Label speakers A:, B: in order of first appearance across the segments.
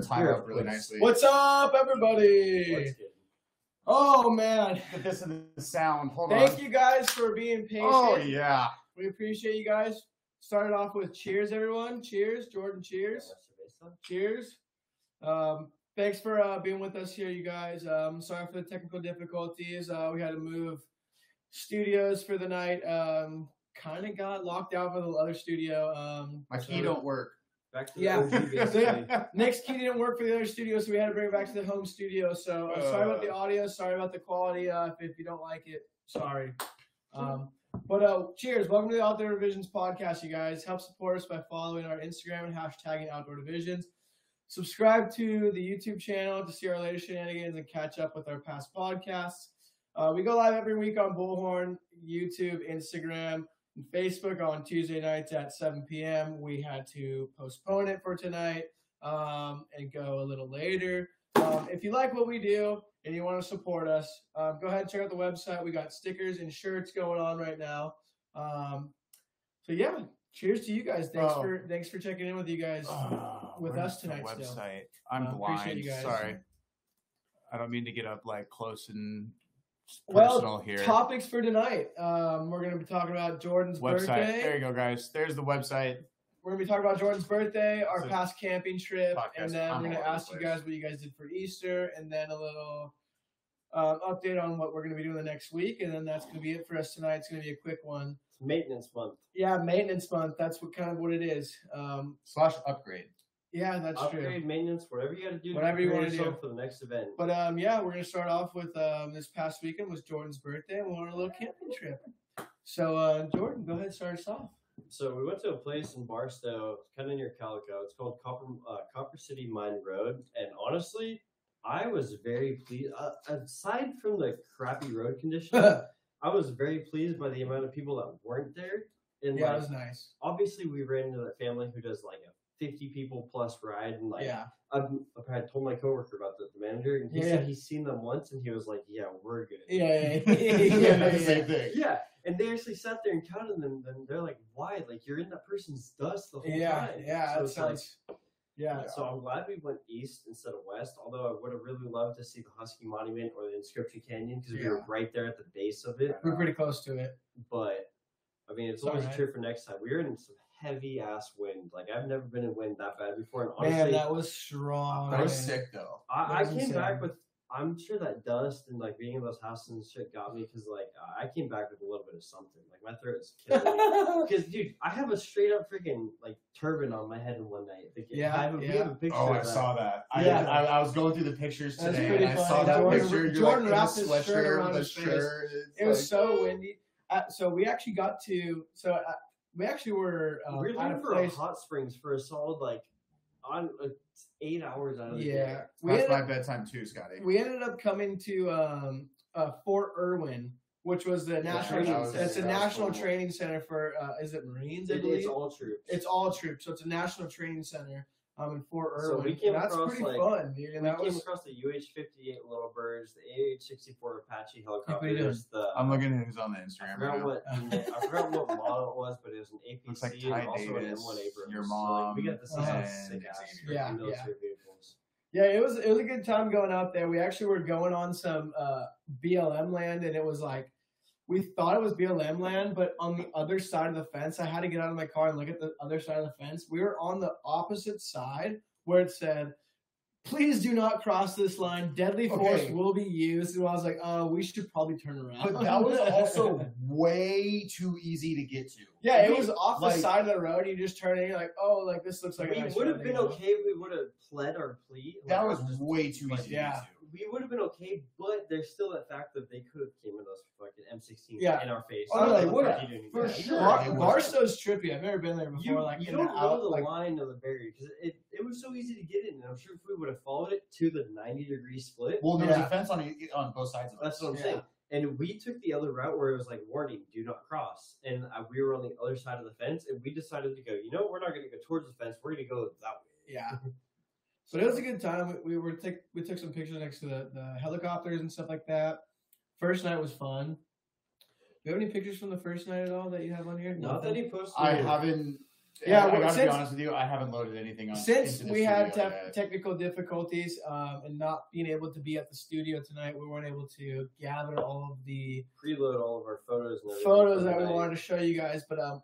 A: climb up really nicely.
B: What's up, everybody?
C: What's good?
B: Oh man,
A: Let's Get this into the sound. Hold
B: thank
A: on.
B: you guys for being patient.
A: Oh yeah.
B: We appreciate you guys. Started off with cheers, everyone. Cheers, Jordan. Cheers. Cheers. Um, thanks for uh, being with us here, you guys. Um, sorry for the technical difficulties. Uh, we had to move studios for the night. Um, kind of got locked out for the other studio. Um,
A: My key
B: so-
A: don't work.
C: Back to
B: Yeah.
C: the OG
B: So
C: basically.
B: yeah, next key didn't work for the other studio, so we had to bring it back to the home studio. So uh, sorry about the audio, sorry about the quality. Uh, if, if you don't like it, sorry. Um, but uh, cheers! Welcome to the Outdoor Divisions podcast, you guys. Help support us by following our Instagram and hashtagging Outdoor Divisions. Subscribe to the YouTube channel to see our latest shenanigans and catch up with our past podcasts. Uh, we go live every week on Bullhorn, YouTube, Instagram, and Facebook on Tuesday nights at 7 p.m. We had to postpone it for tonight um, and go a little later. Um, if you like what we do and you want to support us, um, go ahead and check out the website. We got stickers and shirts going on right now. Um, so yeah, cheers to you guys. Thanks
A: Oh.
B: for thanks for checking in with you guys.
A: Oh,
B: with
A: where's
B: us
A: the
B: tonight
A: Website.
B: still.
A: I'm
B: Uh, appreciate
A: blind.
B: you guys.
A: Sorry. I don't mean to get up like close and
B: Well,
A: personal here.
B: Topics for tonight. Um, we're gonna be talking about Jordan's
A: website.
B: birthday.
A: There you go, guys. There's the website.
B: We're gonna be talking about Jordan's birthday, our
A: So-
B: past camping trip,
A: Podcast,
B: and then
A: I'm
B: we're
A: all
B: gonna
A: over the
B: ask you
A: place.
B: guys what you guys did for Easter, and then a little um, update on what we're gonna be doing the next week, and then that's gonna be it for us tonight. It's gonna be a quick one.
C: It's maintenance month.
B: Yeah, maintenance month. That's what kind of what it is. Um,
A: Slash upgrade.
B: yeah, that's true.
C: Upgrade maintenance, whatever you got to do. to
B: Whatever you
C: prepare
B: wanna
C: yourself for the next event.
B: But um, yeah, we're gonna start off with um, this past weekend was Jordan's birthday, and we went on a little camping trip. So uh, Jordan, go ahead, and start us off.
C: So we went to a place in Barstow, kind of near Calico. It's called Copper uh, Copper City Mine Road, and honestly, I was very pleased. Uh, aside from the crappy road conditions, I was very pleased by the amount of people that weren't there. And
B: yeah, it
C: like,
B: was nice.
C: obviously, we ran into that family who does like a fifty people plus ride, and like
B: Yeah,
C: I've, I told my coworker about the, the manager, and he
B: Yeah.
C: said he's seen them once, and he was like, "Yeah, we're good."
B: yeah, yeah, yeah, yeah, yeah, yeah.
A: Same thing.
C: Yeah, and they actually sat there and counted them, and they're like, "Why? Like you're in that person's dust the whole
B: Yeah,
C: time."
B: yeah,
C: So
B: that
C: it's like-
B: sounds. Yeah,
C: So I'm glad we went east instead of west. Although I would have really loved to see the Husky Monument or the Inscription Canyon because we were
B: Yeah.
C: right there at the base of it.
B: we're pretty close to it.
C: But I mean, it's
B: It's
C: always
B: alright.
C: a trip for next time. We were in some heavy ass wind. Like I've never been in wind that bad before. And honestly,
B: Man, that was strong.
A: That was
B: man.
A: sick though.
C: I, I
B: that
C: came
B: was insane.
C: back with. I'm sure that dust and like being in those houses and shit got me because like uh, I came back with a little bit of something. Like my throat is killing me. Because dude, I have a straight up freaking like turban on my head in one night. Like,
B: Yeah,
C: I have a, we
B: yeah.
C: have a picture.
A: Oh,
C: of
A: I
C: that.
A: saw that. I,
B: Yeah.
A: I, I was going through the pictures
B: That's
A: today,
B: pretty
A: and I
B: funny.
A: saw that
B: Jordan-
A: picture. You're
B: Jordan
A: like, in a
B: wrapped his shirt
A: sweatshirt
B: around
A: with a
B: his face.
A: shirt. It's
B: it was
A: like-
B: so windy. Uh, so we actually got to. So uh, we actually were um,
C: We're
B: at a
C: leaving for a
B: place.
C: hot springs for a solid like on uh, eight hours out of the day.
B: Yeah, we
A: That's
B: ended,
A: my
B: up,
A: bedtime too, Scotty.
B: we ended up coming to um, uh, Fort Irwin, which was the national.
C: that was-
B: it's a
C: that
A: was
B: national
A: cool.
B: training center for. Uh, is it Marines? I
C: It-
B: believe
C: it's all true.
B: it's all troops. So it's a national training center um, in Fort
C: So
B: Irwin.
C: we came
B: That's
C: across,
B: pretty
C: like-
B: fun, dude. And
C: we
B: that
C: came
B: was
C: across the UH-58 Little Birds, the AH-64 Apache
B: doing?
C: helicopters, the
A: I'm looking at who's on the
C: I
A: Instagram right
C: forgot
A: now.
C: what I forgot what model it was, but it was an APC
A: Looks like Ty
C: and also
A: Davis,
C: an M1 Abrams.
A: your
C: So, like, we got this
B: mom,
C: awesome
A: and
C: sick ass
A: Xavier.
B: Yeah, yeah.
C: military vehicles.
B: Yeah, it was it was a good time going out there. We actually were going on some uh, BLM land, and it was like we thought it was BLM land, but on the other side of the fence, I had to get out of my car and look at the other side of the fence. We were on the opposite side where it said, "Please do not cross this line. Deadly force
A: Okay.
B: will be used." And I was like, "Oh, we should probably turn around."
A: But that was also way too easy to get to.
B: yeah, it was off
A: like-
B: the side of the road. You just turn and you're like, "Oh, like this looks like a
C: we
B: nice
C: would
B: road
C: have
B: to
C: been
B: go."
C: okay. if We would have pled our plea.
A: That
C: Like,
A: was
C: just-
A: way too
C: like,
A: easy
B: yeah.
A: to
C: we would have been okay, but there's still that fact that they could have came at us with like an M16
B: Yeah.
C: in our face.
B: Oh, no,
C: Like,
B: they
C: what
B: would
C: are
A: have,
C: you doing?
A: for
C: Yeah.
A: sure.
B: Bar-
A: It was-
B: Barstow's trippy. I've never been there before.
C: You,
B: like
C: you
B: in
C: don't
B: the
C: know
B: out,
C: the
B: like,
C: line of the barrier because it, it was so easy to get in, and I'm sure if we would have followed it to the 90 degree split,
A: do. Well, there was
B: Yeah.
A: a fence on e, on both sides of us.
C: that's what I'm
B: Yeah.
C: saying. And we took the other route where it was like warning, do not cross. And uh, we were on the other side of the fence, and we decided to go. You know, we're not going to go towards the fence. We're going to go that way.
B: Yeah. So it was a good time. We, we were took we took some pictures next to the, the helicopters and stuff like that. First night was fun. Do you have any pictures from the first night at all that you have on here?
C: Not that
B: Nothing?
C: he posted.
A: I
C: it.
A: haven't.
B: Yeah,
A: I,
B: well,
A: gotta be
B: since-
A: honest with you. I haven't loaded anything on
B: Since
A: into the
B: we had
A: studio
B: tef-
A: yet.
B: technical difficulties um, and not being able to be at the studio tonight, we weren't able to gather all of the
C: preload all of our photos and everything
B: photos
C: for
B: that we
C: tonight.
B: wanted to show you guys. But um,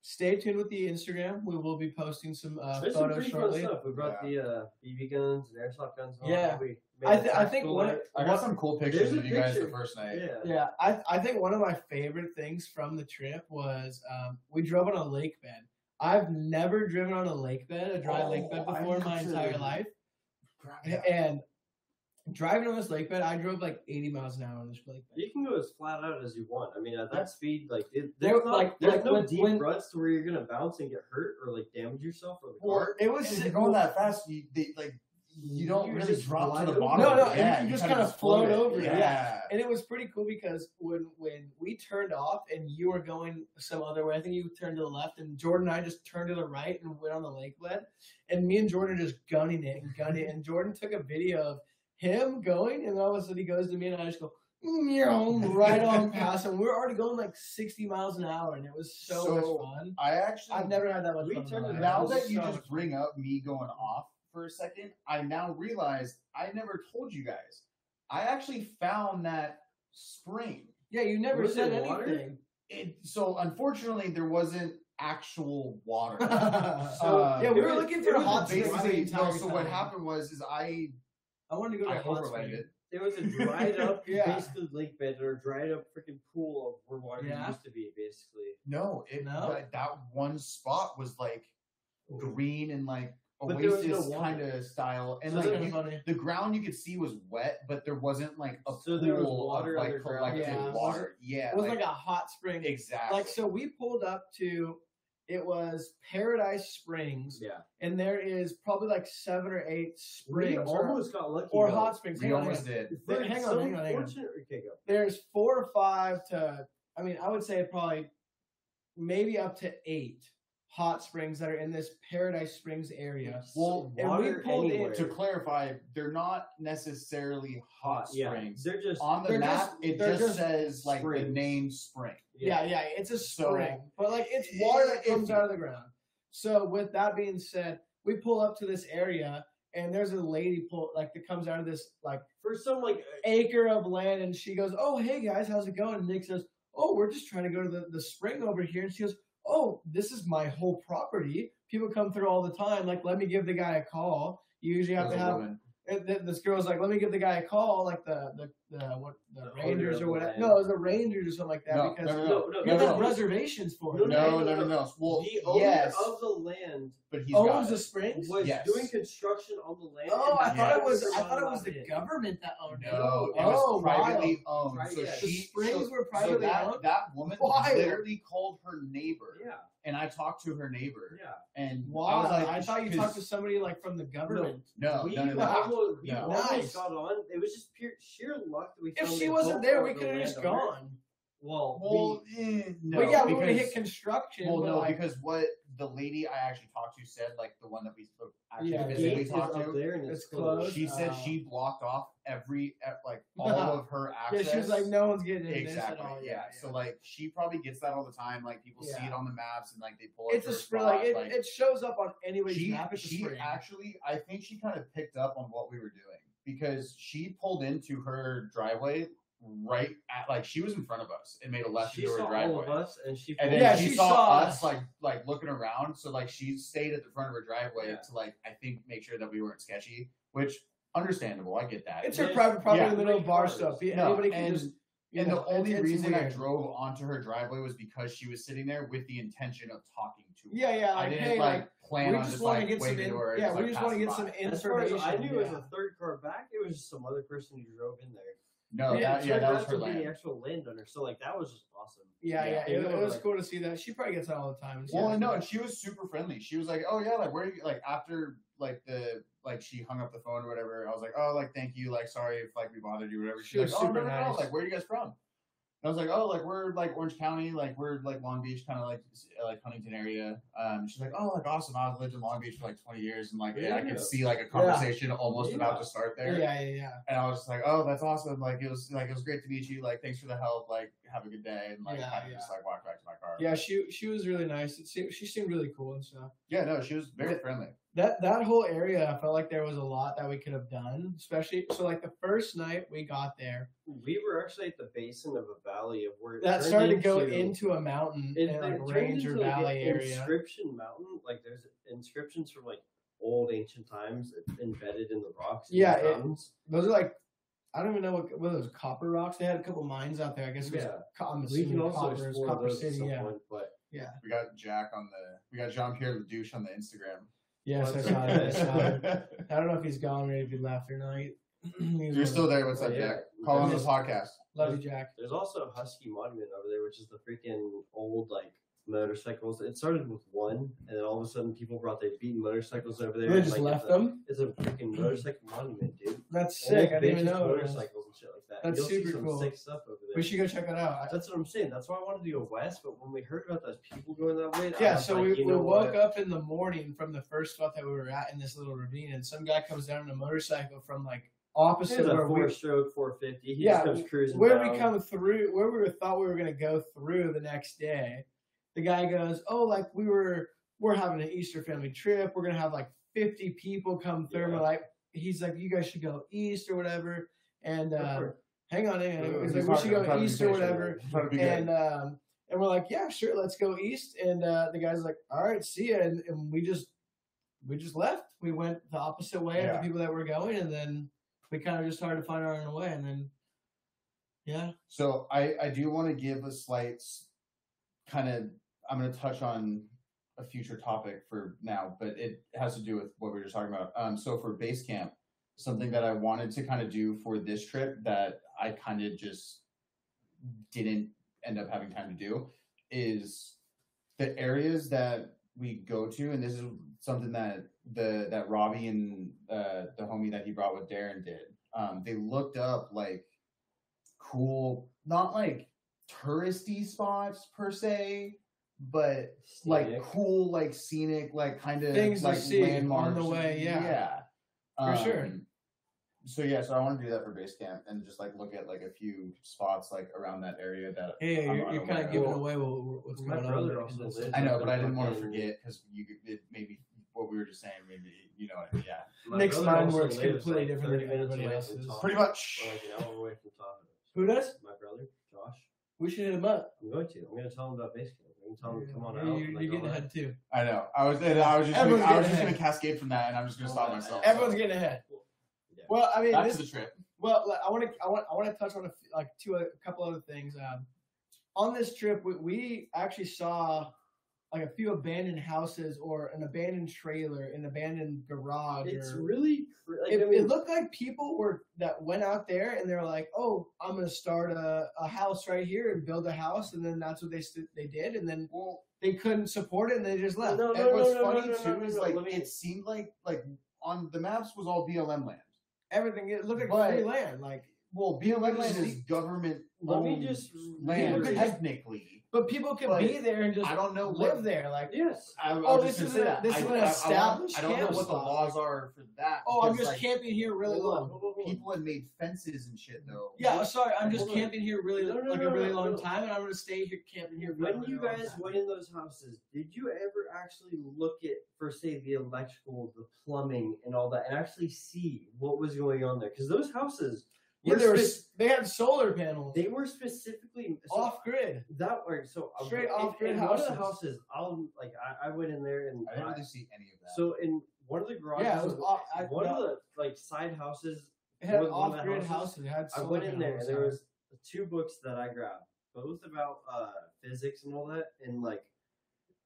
B: stay tuned with the Instagram. We will be posting some uh,
C: There's some
B: photos
C: pretty
B: shortly.
C: fun stuff. We brought the uh, BB guns and airsoft guns. And all
B: Yeah.
C: that. we made
B: I,
C: a
B: th- I think
C: tactical
B: one,
C: night.
A: I got some cool pictures
C: There's
A: of
C: a
A: you guys the
C: picture.
A: first night.
C: Yeah.
B: Yeah, I, I think one of my favorite things from the trip was um, we drove on a lake bed. I've never driven on a lake bed, a dry lake bed
A: Oh, I
B: before in my
A: need to-
B: entire life.
A: Yeah.
B: And driving on this lake bed, I drove like 80 miles an hour on this lake bed.
C: You can go as flat out as you want. I mean, at that speed, like it,
B: There-
C: there's, not,
B: like-
C: there's
B: like
C: no
B: when-
C: deep
B: when-
C: ruts to where you're gonna bounce and get hurt or like damage yourself or the
A: Well,
C: car.
B: It was
A: If you're going that fast, you they, like you don't
C: You
A: really
C: just
A: drop
C: glide
A: to the
C: over.
A: bottom.
B: No, no,
A: yeah,
B: and you just kinda float
A: float it.
B: over it,
A: Yeah.
B: and it was pretty cool because when when we turned off and you were going some other way, I think you turned to the left, and Jordan and I just turned to the right and went on the lake bed, and me and Jordan are just gunning it and gunning it, and Jordan took a video of him going, and all of a sudden he goes to me and I just go. "Meow," Right on past him. We were already going like 60 miles an hour, and it was so,
A: So-
B: much fun.
A: I actually
B: I've never had that much
C: We
B: fun. in my
C: turned it
B: life.
A: now
B: It was
A: that you
B: so
A: just bring up me going off for a second, I now realize I never told you guys. I actually found that spring.
B: yeah, you never
C: Was
B: said
C: it water?
B: anything.
A: It so unfortunately there wasn't actual water.
B: so
A: Uh,
B: yeah, we
C: it
B: were
C: was-
B: looking
C: it
B: through
C: was a
B: hot springs the
A: Basically,
B: entire
A: no, so what
B: time.
A: happened was is I
B: I wanted to go to
A: I
B: a hot spring.
A: overlaid it.
C: There was a dried up,
B: Yeah.
C: basically lake bed or dried up freaking pool of where water
B: Yeah.
C: used to be, basically.
A: No, it
B: No?
A: That, that one spot was like green and like
C: But there was no
A: oasis
C: water.
A: kind of style, and
C: So
A: like
C: there
A: you, the ground you could see was wet, but there wasn't like a
C: So
A: pool
C: there was water
A: of like
C: underground.
A: collected
B: Yeah.
A: water. Yeah,
B: It was like a hot spring.
A: exactly.
B: Like so, we pulled up to. It was Paradise Springs,
C: Yeah.
B: and there is probably like seven or eight
C: We
B: springs or-
C: almost got lucky.
B: or,
C: though.
B: hot springs.
A: we
B: Hang on, hang
A: almost
B: on.
A: did.
C: There-
B: Hang on,
C: some
B: hang on, hang on.
C: fortunate- Okay, go.
B: There's four or five to. I mean, I would say probably maybe up to eight hot springs that are in this Paradise Springs area.
A: Well,
B: and we pulled
C: anywhere.
A: To clarify, they're not necessarily hot
C: yeah,
A: springs.
C: They're just
A: On the
B: They're
A: map,
B: just-
A: it
B: they're
A: just,
B: just
A: says like the
C: springs.
A: name spring.
B: Yeah, yeah, it's a
A: So-
B: spring, but like it's water that
A: Yeah,
B: comes
A: if-
B: out of the ground. So with that being said, we pull up to this area, and there's a lady pull like that comes out of this like
C: For some like
B: acre of land, and she goes, "Oh, hey guys, how's it going?" And Nick says, "Oh, we're just trying to go to the, the spring over here," and she goes, "Oh, this is my whole property. People come through all the time. Like, let me give the guy a call." You usually have
A: As
B: to
A: a
B: have
A: woman.
B: and th- this girl's like, let me give the guy a call, like the the, the what the,
C: The owner
B: Rangers
C: of
B: or
C: the
B: whatever.
C: land.
B: No, it was the Rangers or something like that
A: No,
B: because
A: no, no,
C: no, no,
B: you
A: no,
B: have to have
A: no.
B: reservations for
A: No,
B: it.
A: no, no, no, no. Well,
C: the owner
A: yes,
C: of the land
A: but he's got
B: Owns
A: it.
B: the springs?
C: was
A: Yes.
C: doing construction on the land.
B: Oh, I
C: and
B: thought
C: the
B: it was. I
C: government
B: thought it was the
C: allowed
B: government that owned it.
A: No, it was
B: oh,
A: privately
C: Right,
A: owned. So
C: yeah.
B: The
A: she,
B: springs
A: so,
B: were
A: so
B: privately
A: that,
B: owned.
A: that woman
B: Wild.
A: literally called her neighbor,
C: Yeah,
A: and I talked to her neighbor,
C: yeah.
A: and
B: Why?
A: I was like,
B: I thought you
A: 'cause-
B: talked to somebody like from the government.
A: no,
C: we
A: no, no, no.
C: almost, we
A: No.
C: almost
B: Nice.
C: got on. It was just pure sheer luck that we.
B: If
C: found
B: she
C: the
B: wasn't
C: bulk
B: there,
C: of
B: we
C: the
B: could have just
C: land on her.
B: gone.
C: Well,
A: Well, eh, no,
B: but yeah, we would have hit
A: because,
B: construction.
A: well,
B: but,
A: no,
B: like,
A: because what the lady I actually talked to said, like the one that we spoke, actually
B: Yeah,
C: the
A: physically
C: gate is
A: talked
C: up
A: to,
C: there and
B: It's
C: it's,
B: closed.
A: she said
B: Uh,
A: she blocked off every, eh, like all of her
B: yeah,
A: access.
B: she was like, no one's getting in this at
A: Exactly.
B: all.
A: yeah. So like, she probably gets that all the time. Like people see
B: Yeah.
A: it on the maps and like they pull. up
B: it's
A: to
B: a
A: her
B: spring. Like
A: spot,
B: it, it shows up on anybody's
A: she,
B: map. It's a
A: she
B: spring.
A: actually i think she kind of picked up on what we were doing because she pulled into her driveway right at like she was in front of us and made a left
C: She
A: into her
C: saw all of
A: driveway
C: us, and she.
A: and then
B: Yeah,
A: she,
B: she
A: saw,
B: saw
A: us
B: us.
A: like like looking around so like she stayed at the front of her driveway
C: Yeah.
A: to like i think make sure that we weren't sketchy which understandable i get that
B: It's her
C: Yeah.
B: private property
A: Yeah.
B: in the middle of bar
C: Cars.
B: stuff. Yeah,
A: No,
B: anybody can
A: and-
B: just. you
A: and
B: know,
A: the only
B: it's- it's
A: reason I
B: weird.
A: drove onto her driveway was because she was sitting there with the intention of talking to her.
B: Yeah, yeah,
A: I
B: like,
A: didn't
B: hey,
A: like,
B: like,
A: plan
B: we
A: on
B: just
A: just
B: wanna
A: like
B: get some
A: waving
B: in-
A: to her. and
B: yeah,
A: just,
B: we
A: like,
B: just wanna
A: passing
B: get some
A: by.
C: As far as
B: information.
C: I knew, it was
B: yeah.
C: a third car back. It was just some other person who drove in there.
A: No,
B: Yeah,
A: Oh, that, yeah,
C: turned
A: that
C: out
A: was
C: to
A: her
C: be
A: land.
C: The actual landowner. So like that was just awesome.
B: Yeah, yeah,
A: Yeah.
B: it,
C: Yeah.
B: it was cool to see that. She probably gets that all the time. and
A: Well,
B: stuff.
A: no, and she was super friendly. She was like, "Oh yeah, like where are you?" Like after like the like she hung up the phone or whatever. I was like, "Oh, like thank you, like sorry if like we bothered you, whatever."
B: She
A: She's
B: was
A: like, "Oh
B: super
A: no, no, no,
B: nice.
A: like where are you guys from?" I was like, "Oh, like we're like Orange County, like we're like Long Beach, kind of like s- uh, like Huntington area." Um, she's like, "Oh, like awesome. I've lived in Long Beach for like 20 years, and like yeah, I
C: Yeah.
A: could see like a conversation almost
C: Yeah.
A: about to start there."
B: yeah, yeah, yeah.
A: And I was just like, "Oh, that's awesome. Like it was like it was great to meet you. Like thanks for the help. Like have a good day and like
B: Yeah,
A: kind of
B: yeah.
A: just like walked back to my car.
B: Yeah, she she was really nice. It seemed, she seemed really cool and stuff.
A: Yeah, no, she was very friendly.
B: That that whole area, I felt like there was a lot that we could have done, especially so like the first night we got there,
C: We were actually at the basin of a valley of where it
B: that
C: turned
B: started to go
C: into-
B: into a mountain
C: It,
B: and
C: it
B: like
C: turns
B: range or
C: into, like,
B: valley
C: an
B: area.
C: Inscription mountain, like there's inscriptions from like old ancient times embedded in the rocks. in
B: Yeah,
C: the
B: it-
C: mountains.
B: Those are like I don't even know what what are those copper rocks. They had a couple mines out there. I guess it was
C: Yeah.
B: co- I'm
C: we can
B: assuming
C: also
B: copper, is
C: explore
B: copper
C: those at
B: city.
C: some
B: Yeah,
C: point, but
B: yeah,
A: We got Jack on the we got Jean Pierre the douche on the Instagram.
B: yes, I
C: That's
B: saw it. I saw it.
A: If
B: I don't know if he's gone or if he left or not. He's
A: You're still there. What's
C: Oh,
A: up,
C: yeah.
A: Jack? Call on the podcast.
B: love you, Jack.
C: There's also a Husky monument over there, which is the freaking old like motorcycles. It started with one, and then all of a sudden people brought their beaten motorcycles over there.
B: Really
C: and,
B: just
C: like,
B: left
C: uh, it's a,
B: them.
C: It's a freaking motorcycle monument, dude.
B: That's sick.
C: Old
B: I didn't even
C: vintage
B: know. it was.
C: motorcycles and shit like that.
B: That's
C: You'll see
B: super
C: some
B: cool.
C: Sick stuff over there.
B: We should go check that out. I-
C: That's what I'm saying. That's why I wanted to go west, but when we heard about those people going that way, I
B: Yeah,
C: was
B: so
C: like,
B: we,
C: you
B: we
C: know
B: woke
C: what?
B: up in the morning from the first spot that we were at in this little ravine, and some guy comes down on a motorcycle from like
C: It's
B: opposite
C: a
B: where we
C: four-stroke 450. He
B: Yeah,
C: just comes cruising
B: where
C: down.
B: we come through where we were thought we were gonna go through the next day. The guy goes, "Oh, like we were we're having an Easter family trip. We're gonna have like 50 people come through. We're
C: Yeah.
B: like, he's like, you guys should go east or whatever. And uh,
C: Over.
B: hang on, hang
A: Ooh,
B: on. He's
A: he's
B: like, we should
A: talking- I'm trying to
B: go
A: be
B: east or
A: patient.
B: whatever.
A: I'm trying to be good.
B: and um, and we're like, yeah, sure, let's go east. And uh, the guy's like, all right, see ya. And, and we just we just left. We went the opposite way of
A: Yeah.
B: the people that were going, and then we kind of just started to find our own way. And then yeah,
A: So I, I do want to give a slight kind of I'm going to touch on a future topic for now, but it has to do with what we were just talking about. Um, so for base camp, something that I wanted to kind of do for this trip that I kind of just didn't end up having time to do is the areas that we go to, and this is something that the that Robbie and uh, the homie that he brought with Darren did. Um, they looked up like cool, not like touristy spots per se, but like
C: Scenic.
A: cool, like scenic, like kind of
B: Things to
A: like
B: see on
A: landmarks.
B: the way, yeah.
A: yeah, Um,
B: For sure.
A: So yeah, so I want to do that for base camp and just like look at like a few spots like around that area that
B: hey,
A: I'm
B: you're,
A: on
B: you're
A: our
B: kind
A: way.
B: of giving
A: Well,
B: away what, what's
C: my
B: going on.
C: brother
B: there,
C: also
B: 'cause it's-
C: lives-
A: I know, but I didn't want to
C: Fucking-
A: forget because you it maybe what we were just saying maybe you know what I mean, yeah
C: My
B: Nick's
C: brother
B: mind
C: also
B: works
C: lives,
B: completely
C: like,
B: different than
C: 30 minutes
B: everybody
C: away
B: else's.
C: from Tahoe,
A: pretty much
C: or, like an hour away from Tahoe.
B: Who does?
C: My brother, Josh.
B: We should hit him up.
C: I'm going to. I'm going to tell him about base camp. I'm going to tell him to come on
B: You're-
C: out.
B: You're,
C: like,
B: you're getting
C: all
B: ahead too.
A: I know I was and I was just gonna,
B: Everyone's
A: I was
B: getting
A: just gonna
B: ahead.
A: cascade from that and I'm just gonna stop myself so.
B: Everyone's getting ahead.
C: Yeah.
B: Well, I mean,
A: back
B: this,
A: to the trip
B: Well, like, I want to I want I want to touch on a, f- like two other- a couple other things. Um, on this trip, we, we actually saw like a few abandoned houses or an abandoned trailer, an abandoned garage.
C: that. It's
B: or,
C: really. cr- Like,
B: it,
C: I mean,
B: it looked like people were that went out there and they're like, "Oh, I'm gonna start a, a house right here and build a house," and then that's what they st- they did, and then
A: well
B: they couldn't support it and they just left.
C: No,
A: and what's
C: no,
A: funny
C: no,
A: too
C: no, no,
A: is
C: no,
A: like
C: let me-
A: it seemed like like on the maps was all BLM land
B: Everything it looked like
A: But-
B: free land, like
A: well BLM land is
B: see-
A: government
C: let
A: owned
C: me just
A: land
B: reiterate.
A: technically
B: but people could
A: But
B: be there and just
A: I don't know
B: live
A: what
B: there, like.
C: Yes.
A: I, I
B: Oh,
A: was just
B: this
A: gonna say
B: isn't-
A: that.
B: this
A: I-
B: isn't
A: I- I want-
B: established
A: I, don't know what
B: campsite.
A: the laws are for that.
B: Oh, I'm
A: because,
B: just
A: like,
B: camping here really
C: Hold
B: long.
C: on, hold on, hold on.
A: People had made fences and shit though.
B: Yeah, sorry, I'm just
C: Hold on.
B: camping here really
C: No, no,
B: like
C: no,
B: a really
C: no,
B: long
C: no.
B: time, and I'm gonna stay here camping here. for a
C: When
B: really
C: you
B: long
C: guys
B: time.
C: went in those houses, did you ever actually look at, for say, the electrical, the plumbing, and all that, and actually see what was going on there? Because those houses,
B: yeah,
C: were
B: there
C: spe-
B: was they had solar panels
C: they were specifically so
B: off grid.
C: that way. So uh,
B: Straight
C: in-
B: off-grid
C: in One of the
B: houses.
C: houses, I'll like I, I went in there and
A: I didn't
C: I-
A: really see any of that.
C: so in one of the garages,
B: Yeah, it was
C: of-
B: off- I-
C: one of
B: no.
C: the like side houses.
B: It had
C: one of the
B: off grid
C: houses,
B: houses. It had
C: I
B: solar
C: went in there
B: panels
C: and there
B: on it.
C: was two books that I grabbed, both about uh, physics and all that, and like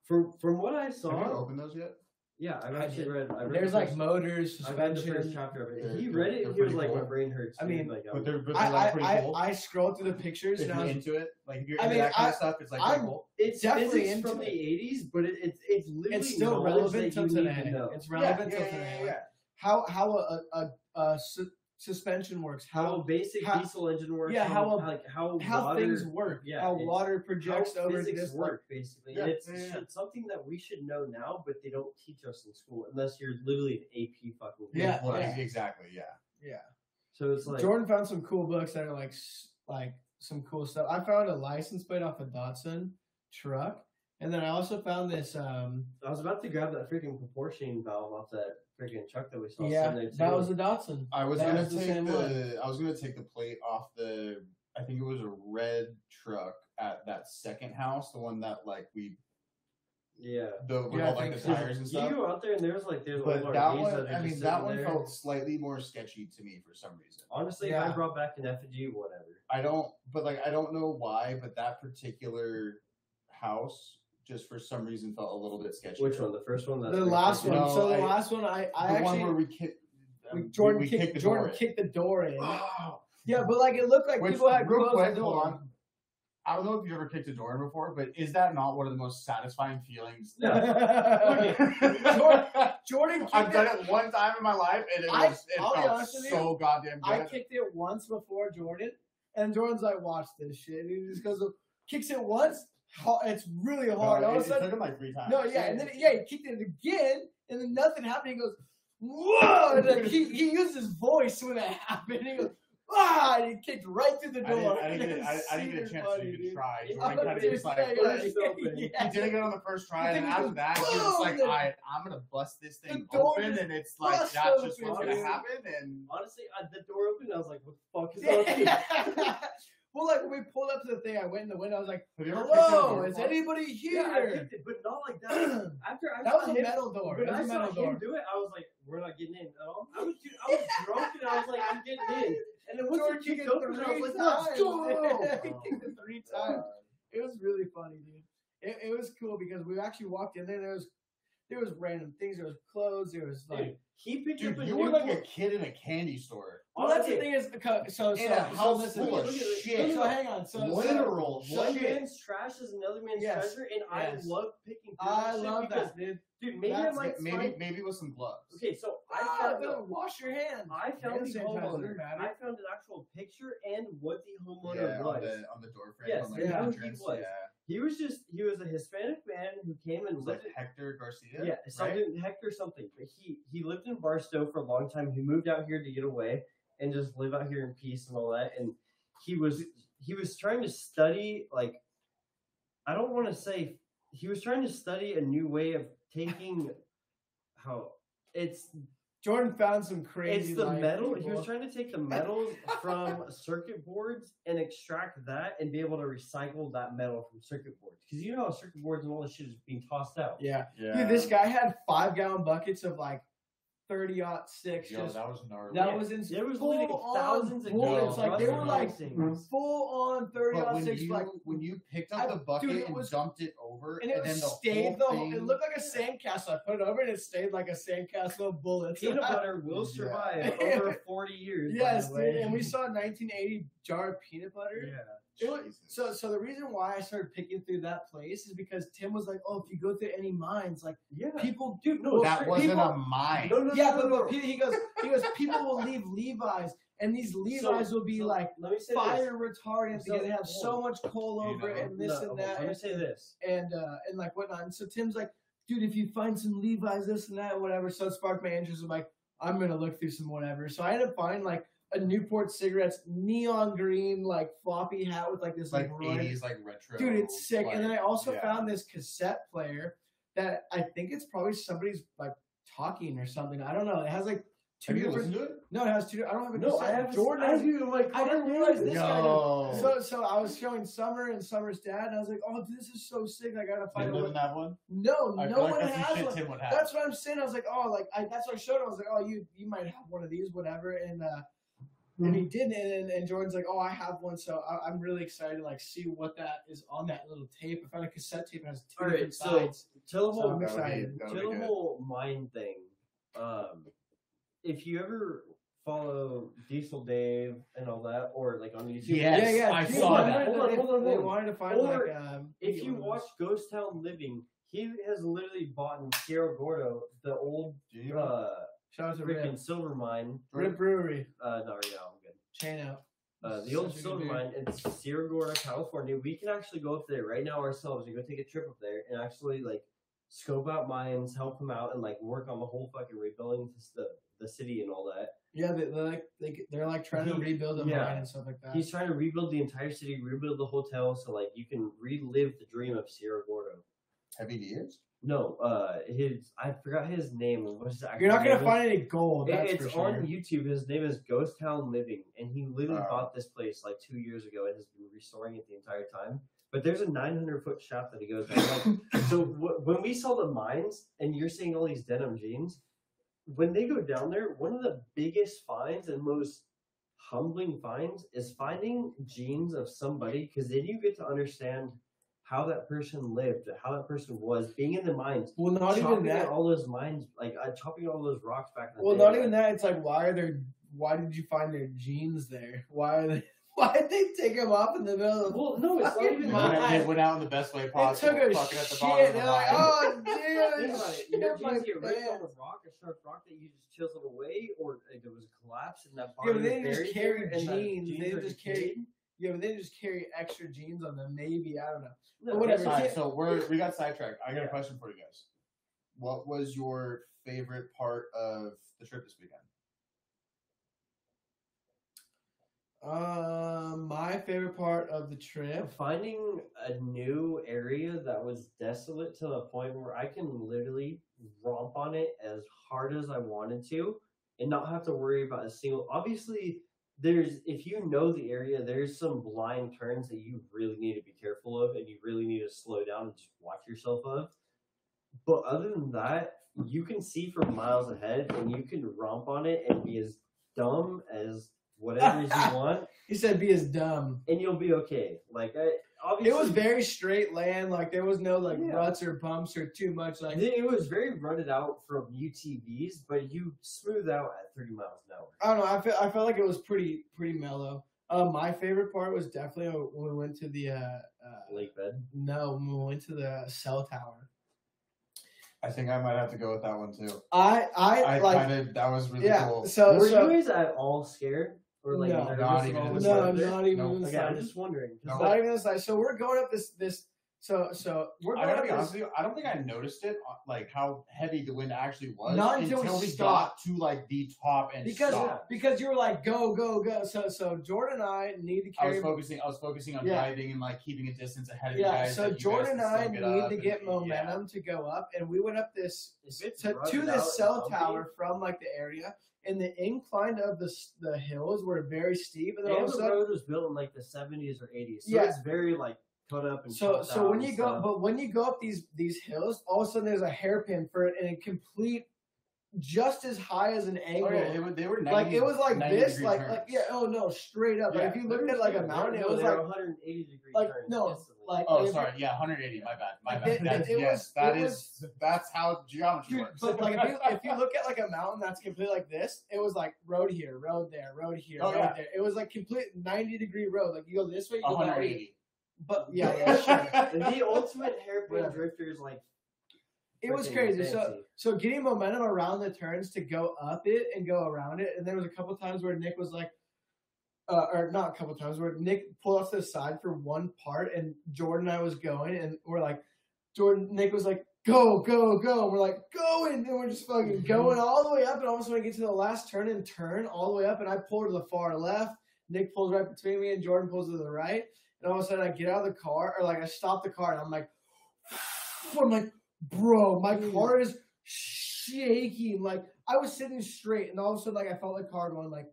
C: from from what I saw.
A: Have you opened those yet?
C: Yeah, I've
B: I
C: actually
B: did.
C: read. I read
B: There's
C: the
B: like
C: first,
B: motors,
C: I read the first
B: suspension.
C: chapter of
A: They're-
C: it. He
A: they're-
C: read it.
A: they're
C: and He was
A: pretty
C: like, my
A: cool.
C: brain hurts.
B: I
C: dude,"
B: mean,
C: like,
A: But
C: I'm-
A: they're, but
B: I,
A: they're like pretty
B: I, I,
A: cool.
B: I scrolled through the pictures
A: if
B: and I
A: you're
B: was
A: into it, like if you're
B: I
A: into
B: mean,
A: that kind
B: I-
A: of stuff, it's like
B: I'm-
A: pretty cool.
C: it's
B: definitely
C: physics from
B: into
C: the
B: it.
C: '80s, but it, it's it's literally
B: it's still
C: knowledge
B: relevant
C: that
B: till
C: you need
B: today.
C: to know.
B: It's relevant till today. How how a a, a, a su- suspension works.
C: How a
B: How
C: basic
B: how-
C: diesel engine works.
B: yeah, how a-
C: like how
B: how
C: water,
B: things work.
C: yeah,
B: how
C: it's-
B: water
C: how
B: projects over
C: physics
B: this
C: work basically.
A: Yeah,
C: and it's
A: yeah, yeah.
C: should- something that we should know now, but they don't teach us in school unless you're literally an AP fucking. kid.
B: Yeah,
A: Well,
B: yeah.
A: exactly. Yeah.
B: Yeah.
C: So it's like
B: Jordan found some cool books that are like s- like some cool stuff. I found a license plate off a Datsun truck, and then I also found this. Um,
C: I was about to grab that freaking proportion valve off that freaking truck that we saw
B: yeah,
C: Sunday too.
B: that was a Datsun.
A: I was
B: That
A: gonna
B: was the
A: take
B: same
A: the,
B: one.
A: I was gonna take the plate off the I think it was a red truck at that second house, the one that like we
C: yeah.
A: the with
B: Yeah, I
A: all like the
B: think
C: so.
A: tires and
C: You
A: stuff.
C: go out there and there was like there's
A: But
C: old
A: that
C: RVs
A: one,
C: that are
A: I mean,
C: just
A: that
C: sitting
A: one
C: there.
A: felt slightly more sketchy to me for some reason.
C: Honestly, if
B: Yeah.
C: I brought back an effigy, whatever.
A: I don't, but like I don't know why, but that particular house just for some reason felt a little bit sketchy.
C: Which one? The first one?
B: The
C: That's been
B: last one.
C: freaking-
A: No,
B: so the
A: I-
B: last one, I, I
A: the
B: actually
A: one where we kicked.
B: we, Jordan
A: we
B: kicked,
A: the
B: Jordan
A: door in.
B: kicked the door in.
A: Oh,
B: yeah, but like it looked like
A: which
B: people had
A: real
B: closed
A: quick,
B: the
A: hold
B: door.
A: on. I don't know if you ever kicked a door in before, but is that not one of the most satisfying feelings?
C: No.
B: Okay. Jordan kicked
A: I've
B: it.
A: done it one time in my life, and it
B: I-
A: was it
B: I'll be
A: felt
B: honest with you,
A: so goddamn
B: I
A: good.
B: kicked it once before Jordan, and Jordan's like, "Watch this shit." And he just goes, kicks it once. ho- It's really
A: No,
B: hard. All
A: it,
B: of a
A: it
B: sudden,
A: took him like three times.
B: No, yeah, and then yeah, he kicked it again, and then nothing happened. He goes, "Whoa!" And, like, he he used his voice when that happened. He goes, "Ah!" And he kicked right through the
A: I didn't,
B: door.
A: I didn't, get, I, I didn't get a
B: Super
A: chance
B: funny,
A: to even
B: dude.
A: try.
B: Oh,
A: Jordan kind of
B: dude,
A: just like
B: yeah,
C: "What is
B: yeah,
C: so big?"
B: yeah.
A: He didn't get on the first try,
B: The
A: and
B: thing
A: after
B: was
A: that, he was
B: boom,
A: like,
B: and-
A: "I, I'm gonna bust this thing
B: The door
A: open,"
B: just
A: and it's like
B: bust
A: that's
B: open
A: just what's
C: for
A: gonna
C: you.
A: happen. And
C: Honestly, I, the door opened. I was like, "What the fuck is up here?"
B: Yeah. well, like when we pulled up to the thing, I went in the window. I was like,
A: have you ever kicked in a
B: "Hello,
A: door
B: is
A: before?
B: anybody
C: Yeah, I
B: here?"
C: picked it, but not like that.
B: that
C: After I
B: was
C: saw
B: a
C: him,
B: metal door.
C: when
B: It
C: I
B: was a
C: saw
B: metal
C: him
B: door.
C: do it, I was like, "We're not getting in." at all." I was, dude, I was drunk, and I was like, "I'm getting in." And then once
B: Jordan
C: it
B: kicked
C: kicked
B: it
C: open, I was
B: three
C: like,
B: times.
C: "Let's go!"
B: He kicked it three
A: Oh.
B: times.
A: uh,
B: It was really funny, dude. It, it was cool because we actually walked in there. There was there was random things. There was clothes. There was like.
C: Dude, he picked up a
A: Dude, you
C: new
A: were like a
C: board.
A: kid in a candy store.
B: Well, that's the thing is, okay, so so
A: In a
B: so,
A: house
B: listen,
A: full
B: so
A: of
C: look at it.
A: shit.
C: Look at
B: hang on. So, so
A: Literal
C: One
A: shit.
C: man's trash is another man's
B: Yes,
C: treasure, and
B: yes.
C: I love picking. through
B: I
C: shit
B: love
C: because,
B: that, dude.
C: dude. Maybe I
B: That's-
C: might
A: Maybe,
C: find-
A: maybe with some gloves.
C: Okay, so I
B: Ah,
C: found
B: dude, wash your hands.
C: I
B: Hand
C: found the
B: sanitizer,
C: homeowner.
B: matter.
C: I found an actual picture and what the homeowner
A: Yeah, on
C: was.
A: the on the door frame.
C: Yes,
A: on like
B: yeah.
A: the
C: Who he
A: entrance.
C: was.
A: Yeah,
C: He was just he was a Hispanic man who came
A: it
C: and
A: was like
C: lived in
A: Hector Garcia.
C: yeah,
A: right?
C: something Hector something. But he he lived in Barstow for a long time. He moved out here to get away and just live out here in peace and all that. And he was he was trying to study like I don't want to say he was trying to study a new way of taking how it's
B: Jordan found some crazy.
C: it's the
B: like,
C: metal. He
B: people.
C: was trying to take the metals from circuit boards and extract that and be able to recycle that metal from circuit boards. Because you know how circuit boards and all this shit is being tossed out.
B: yeah.
A: Yeah,
B: dude. This guy had five gallon buckets of like thirty odd six.
A: Yo,
B: just
A: that was gnarly.
B: that was in
C: There was
B: full
C: literally
B: on
C: thousands of
B: bullets.
A: gallons.
B: Like they were like
C: Thousands.
B: full on thirty
A: But
B: odd
A: when
B: six.
A: you
B: Like
A: when you picked up
B: I-
A: the bucket
B: dude, it
A: and
B: was-
A: dumped it over,
B: and it
A: then the
B: stayed the
A: whole
B: whole,
A: thing,
B: it looked like a sandcastle. I put it over and it stayed like a sandcastle of bullets.
C: Peanut butter will survive
B: Yeah.
C: over 40 years. by the
B: yes, dude.
C: way.
B: And we saw a 1980 jar of peanut butter.
C: Yeah.
B: It was-
A: Jesus.
B: So, so the reason why I started picking through that place is because Tim was like, "Oh, if you go through any mines, like
C: Yeah.
B: people do."
C: Dude, no,
A: that
C: sir,
A: wasn't
C: people-
A: a mine.
C: No, no, no,
B: Yeah,
C: no,
B: but,
C: no,
B: but
C: no.
B: he he goes, he goes, people will leave Levi's, and these Levi's will be
C: So,
B: like
C: let me say
B: fire retardant
C: So-
B: because they have so much coal
A: You
B: over it
A: know,
B: and
C: this.
B: this
C: No,
B: and that.
C: let me say this.
B: and uh, and like whatnot. And so Tim's like, dude, if you find some Levi's, this and that, whatever. So it sparked my interest. I'm like, I'm gonna look through some whatever. So I ended up finding like a Newport cigarettes neon green like floppy hat with like this
A: like
B: like, red-
A: eighties, like retro.
B: dude, it's sick. and then I
A: like,
B: also
A: yeah.
B: found this cassette player that I think it's probably somebody's like talking or something. I don't know. It has like two
A: Have you
B: different.
A: listened to it?
B: No, it has two. I don't have a
C: No,
B: cassette.
C: I have
B: Jordan.
C: I
B: has-
C: do, like,
B: I didn't realize this guy did-
A: no.
B: so, so I was showing Summer and Summer's dad, and I was like, "Oh, dude, this is so sick! I gotta
A: Did
B: find
A: you live
B: out." what-
A: in that one?
B: no,
A: I
B: no
A: feel like
B: one
A: that's the
B: has
A: shit
B: one.
A: Tim would have.
B: That's what I'm saying. I was like, oh, like I, that's what I showed him. I was like, oh, you you might have one of these, whatever. And uh, and he didn't. And, and and Jordan's like, oh, I have one. So I, I'm really excited to like see what that is on that little tape. I found a cassette tape that has two
C: All
B: different
C: right, so
B: sides.
C: to the
B: So I'm
C: whole
A: That would be-
B: excited.
A: that
C: to
A: would be
C: the
A: good.
C: whole mind thing, um, if you ever follow Diesel Dave and all that, or like on YouTube,
A: Yes.
B: yeah, yeah.
A: I
B: dude,
A: saw
B: they
A: that.
B: wanted to-
C: Hold on,
B: they-
C: hold on,
B: They
C: hold on.
B: wanted to find
C: Or
B: like um.
C: if you
B: videos.
C: watch Ghost Town Living, he has literally bought in Sierra Gordo the old
A: Do you?
C: uh,
B: shout out to
C: freaking
B: Rip,
C: silver mine.
B: Rip Brewery,
C: Uh, no, yeah, I'm good.
B: chain out.
C: Uh, the old
B: Such a good
C: silver
B: dude.
C: mine in Sierra Gorda, California. We can actually go up there right now ourselves and go take a trip up there and actually like scope out mines, help them out, and like work on the whole fucking rebuilding the the city and all that.
B: Yeah, they, they're like they, they're like trying to
C: He-
B: rebuild the
C: yeah.
B: mine and stuff like that.
C: He's trying to rebuild the entire city, rebuild the hotel, so like you can relive the dream of Sierra Gordo.
A: Heavy years.
C: No, uh, his I forgot his name. What is that?
B: You're not gonna find any gold.
C: It,
B: That's
C: it's
B: for sure.
C: on YouTube. His name is Ghost Town Living, and he literally
A: Oh.
C: bought this place like two years ago and has been restoring it the entire time. But there's a 900 foot shaft that he goes down. Like, so w- when we saw the mines, and you're seeing all these denim jeans, when they go down there, one of the biggest finds and most humbling finds is finding jeans of somebody because then you get to understand how that person lived, how that person was being in the mines.
B: Well, not even
C: chopping
B: that.
C: all those mines, like uh, chopping all those rocks back. In the
B: Well,
C: day,
B: not
C: like-
B: even that. It's like why are there? Why did you find their jeans there? Why are they? Why did they take them off in the middle of?
C: Well, no, it's not
B: Fucking
C: even
A: They
B: My-
A: went, out,
C: that.
A: they went out in the best way
B: They took
A: possible.
B: a
A: fucking at the bottom
B: shit.
A: of the
B: They're like,
A: line.
B: oh,
C: Think
B: dude,
C: about it.
B: shit,
C: Your
B: my
C: jeans get ripped on
B: pants."
C: a rock, a sharp rock that you just chiseled away, or like, there was a collapse and that
B: Yeah,
C: body
B: but
C: was
B: they didn't just
C: buried
B: carry
C: there and the
B: jeans. They
C: are
B: didn't just carry-
C: decayed.
B: Yeah, but they just carry extra jeans on them. Maybe I don't know.
C: No,
B: whatever.
C: that's-
A: Alright, so we're we got sidetracked. I got
C: Yeah.
A: a question for you guys. What was your favorite part of the trip this weekend?
B: Um, my favorite part of the
C: Yeah,
B: trip.
C: finding a new area that was desolate to the point where I can literally romp on it as hard as I wanted to and not have to worry about a single. Obviously, there's if you know the area, there's some blind turns that you really need to be careful of and you really need to slow down and just watch yourself of. But other than that, you can see for miles ahead and you can romp on it and be as dumb as whatever as you want
B: He said, "Be as dumb."
C: and you'll be okay. Like I
B: It
C: obviously
B: was very straight land. Like there was no like
C: Yeah.
B: ruts or bumps or too much. Like
C: it was very rutted out from UTVs, but you smooth out at 30 miles an hour.
B: I don't know. I feel I felt like it was pretty pretty mellow. Uh, my favorite part was definitely when we went to the uh, uh,
C: Lake bed.
B: no when we went to the cell tower.
A: I think I might have to go with that one too.
B: I I,
A: I
B: like
A: kind of that was really
B: yeah.
A: cool.
B: So
C: Were
B: Uh, so
C: you guys at all scared or like
B: No.
C: nervous
A: Not
C: at
A: even
C: all
A: in
C: with
A: the
B: no,
C: weather?
B: I'm not even
A: No.
B: in the
C: Okay, I'm
B: side.
C: just wondering. 'cause,
A: No.
B: Not
C: like,
B: even this side. So we're going up this this. So so we're
A: I
B: going
A: gotta
B: up
A: be honest
B: this.
A: with you. I don't think I noticed it, uh, like how heavy the wind actually was,
B: Not until we
A: got to like the top and
B: Because
A: stopped.
B: because you were like go go go. So so Jordan and I need to
A: I was
B: carry.
A: focusing. I was focusing on
B: Yeah.
A: diving and like keeping a distance ahead of you
B: Yeah.
A: guys. that
B: So
A: you guys
B: Jordan and
A: can
B: I
A: soak it up
B: need to
A: and-
B: get
A: yeah.
B: momentum to go up, and we went up this
C: if it's
B: to,
C: rutted
B: to
C: out
B: the
C: and
B: cell
C: bumpy,
B: tower from like the area, and the incline of the s- the hills were very steep, and then all
C: And
B: of a
C: the
B: sudden,
C: road was built in like the 70s or 80s, so
B: Yeah.
C: it's very like cut up and
B: so
C: chopped
B: so when
C: out
B: you
C: and
B: go,
C: stuff.
B: but when you go up these these hills, all of a sudden there's a hairpin for it, and a complete, just as high as an angle.
A: Oh, yeah, they were, they were 90,
B: like it was like
A: 90
B: this,
A: degree
B: like,
A: turns.
B: like yeah, oh no, straight up.
A: Yeah,
B: Like if you looked at like a mountain,
C: No,
B: it was
C: they were
B: like
C: 180 degree
B: like,
C: turns
B: no,
C: instantly.
B: like-
A: Oh,
B: It-
A: sorry. Yeah, 180. My bad. My
B: It-
A: bad.
B: it-
A: That's-
B: it was-
A: yes, that
B: it
A: is.
B: was-
A: that's how geometry
B: Dude,
A: works.
B: but like if you, if you look at like a mountain that's completely like this, it was like road here, road there, road here,
A: Oh,
B: road
A: yeah.
B: there. It was like complete ninety degree road. Like you go this way, you go that way.
A: 180.
B: But yeah, yeah, sure.
C: And the ultimate hairpin
B: Whatever.
C: drifter is like
B: it was
C: freaking
B: crazy. So
C: fancy.
B: so getting momentum around the turns to go up it and go around it, and there was a couple times where Nick was like, uh, or not a couple times where Nick pulled us to the side for one part, and Jordan and I was going, and we're like, Jordan, Nick was like, go, go, go, and we're like going, and we're just fucking going all the way up, and all of a sudden we get to the last turn and turn all the way up, and I pull to the far left, Nick pulls right between me, and Jordan pulls to the right, and all of a sudden I get out of the car, or like I stop the car, and I'm like, I'm like, bro, my car is shaking. Like I was sitting straight, and all of a sudden, like I felt the car going like,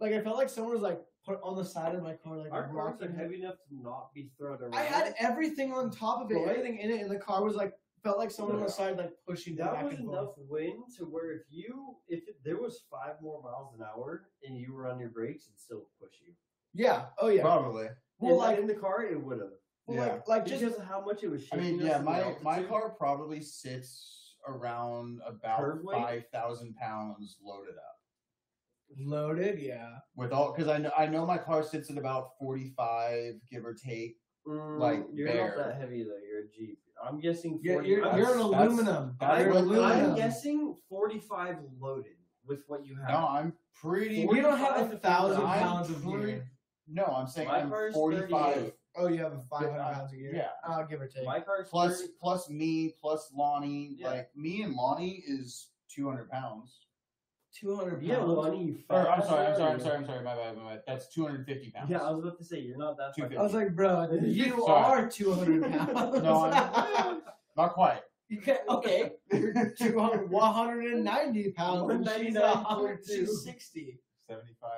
B: like I felt like someone was like put on the side of my car, like
C: Our cars are
B: rocking.
C: heavy enough to not be thrown around.
B: I had everything on top of it,
C: Right.
B: everything in it, and the car was like felt like someone on the side like pushing me
C: that
B: back
C: was
B: and forth.
C: enough wind to where if you if it, there was five more miles an hour and you were on your brakes, it'd still push you.
B: Yeah. Oh yeah.
A: Probably.
B: well,
C: And
B: like,
C: in the car, it would have
B: well,
A: yeah.
B: like, like
C: just
B: just
C: because of how much it was
A: I
C: shaking.
A: mean,
C: us
A: yeah,
C: in the
A: my my
C: altitude.
A: car probably sits around about
C: Curb weight?
A: five thousand pounds loaded up
B: loaded. Yeah.
A: with all because I know I know my car sits at about forty five give or take.
C: Mm,
A: like,
C: you're
A: bare.
C: not that heavy though. You're a Jeep. I'm guessing. 40,
B: You're you're,
C: I'm,
B: you're an
A: that's-
B: aluminum.
A: that's
B: you're
A: what-
C: I'm,
B: aluminum.
C: guessing 45 loaded with what you have.
A: No, I'm pretty.
B: you don't have a
C: 45
B: thousand
A: I'm
B: pounds of
A: pretty-
B: gear.
A: No, I'm saying
C: My
A: I'm
C: car's
A: forty five.
C: 38.
B: Oh, you have a five hundred
A: I-
B: pounds of gear.
A: yeah.
B: I'll give or take.
C: my car's
A: Plus,
C: 30
A: plus me, plus Lonnie.
C: Yeah.
A: Like me and Lonnie is two hundred pounds.
B: two hundred
C: Yeah,
B: pounds.
C: Lonnie, you fat
A: Or, I'm
C: ass
A: sorry, I'm
C: are
A: sorry, I'm
C: you?
A: sorry, I'm sorry. My bad, my bad. That's 250 pounds.
C: Yeah, I was about to say you're not that.
A: Two
C: fucking-
B: I was like, bro, you
A: Sorry.
B: are two hundred pounds.
A: No, I'm- Not quite.
B: You can okay. You're 200, 190 pounds. and She's
C: 199, 42.
B: 160.
A: 75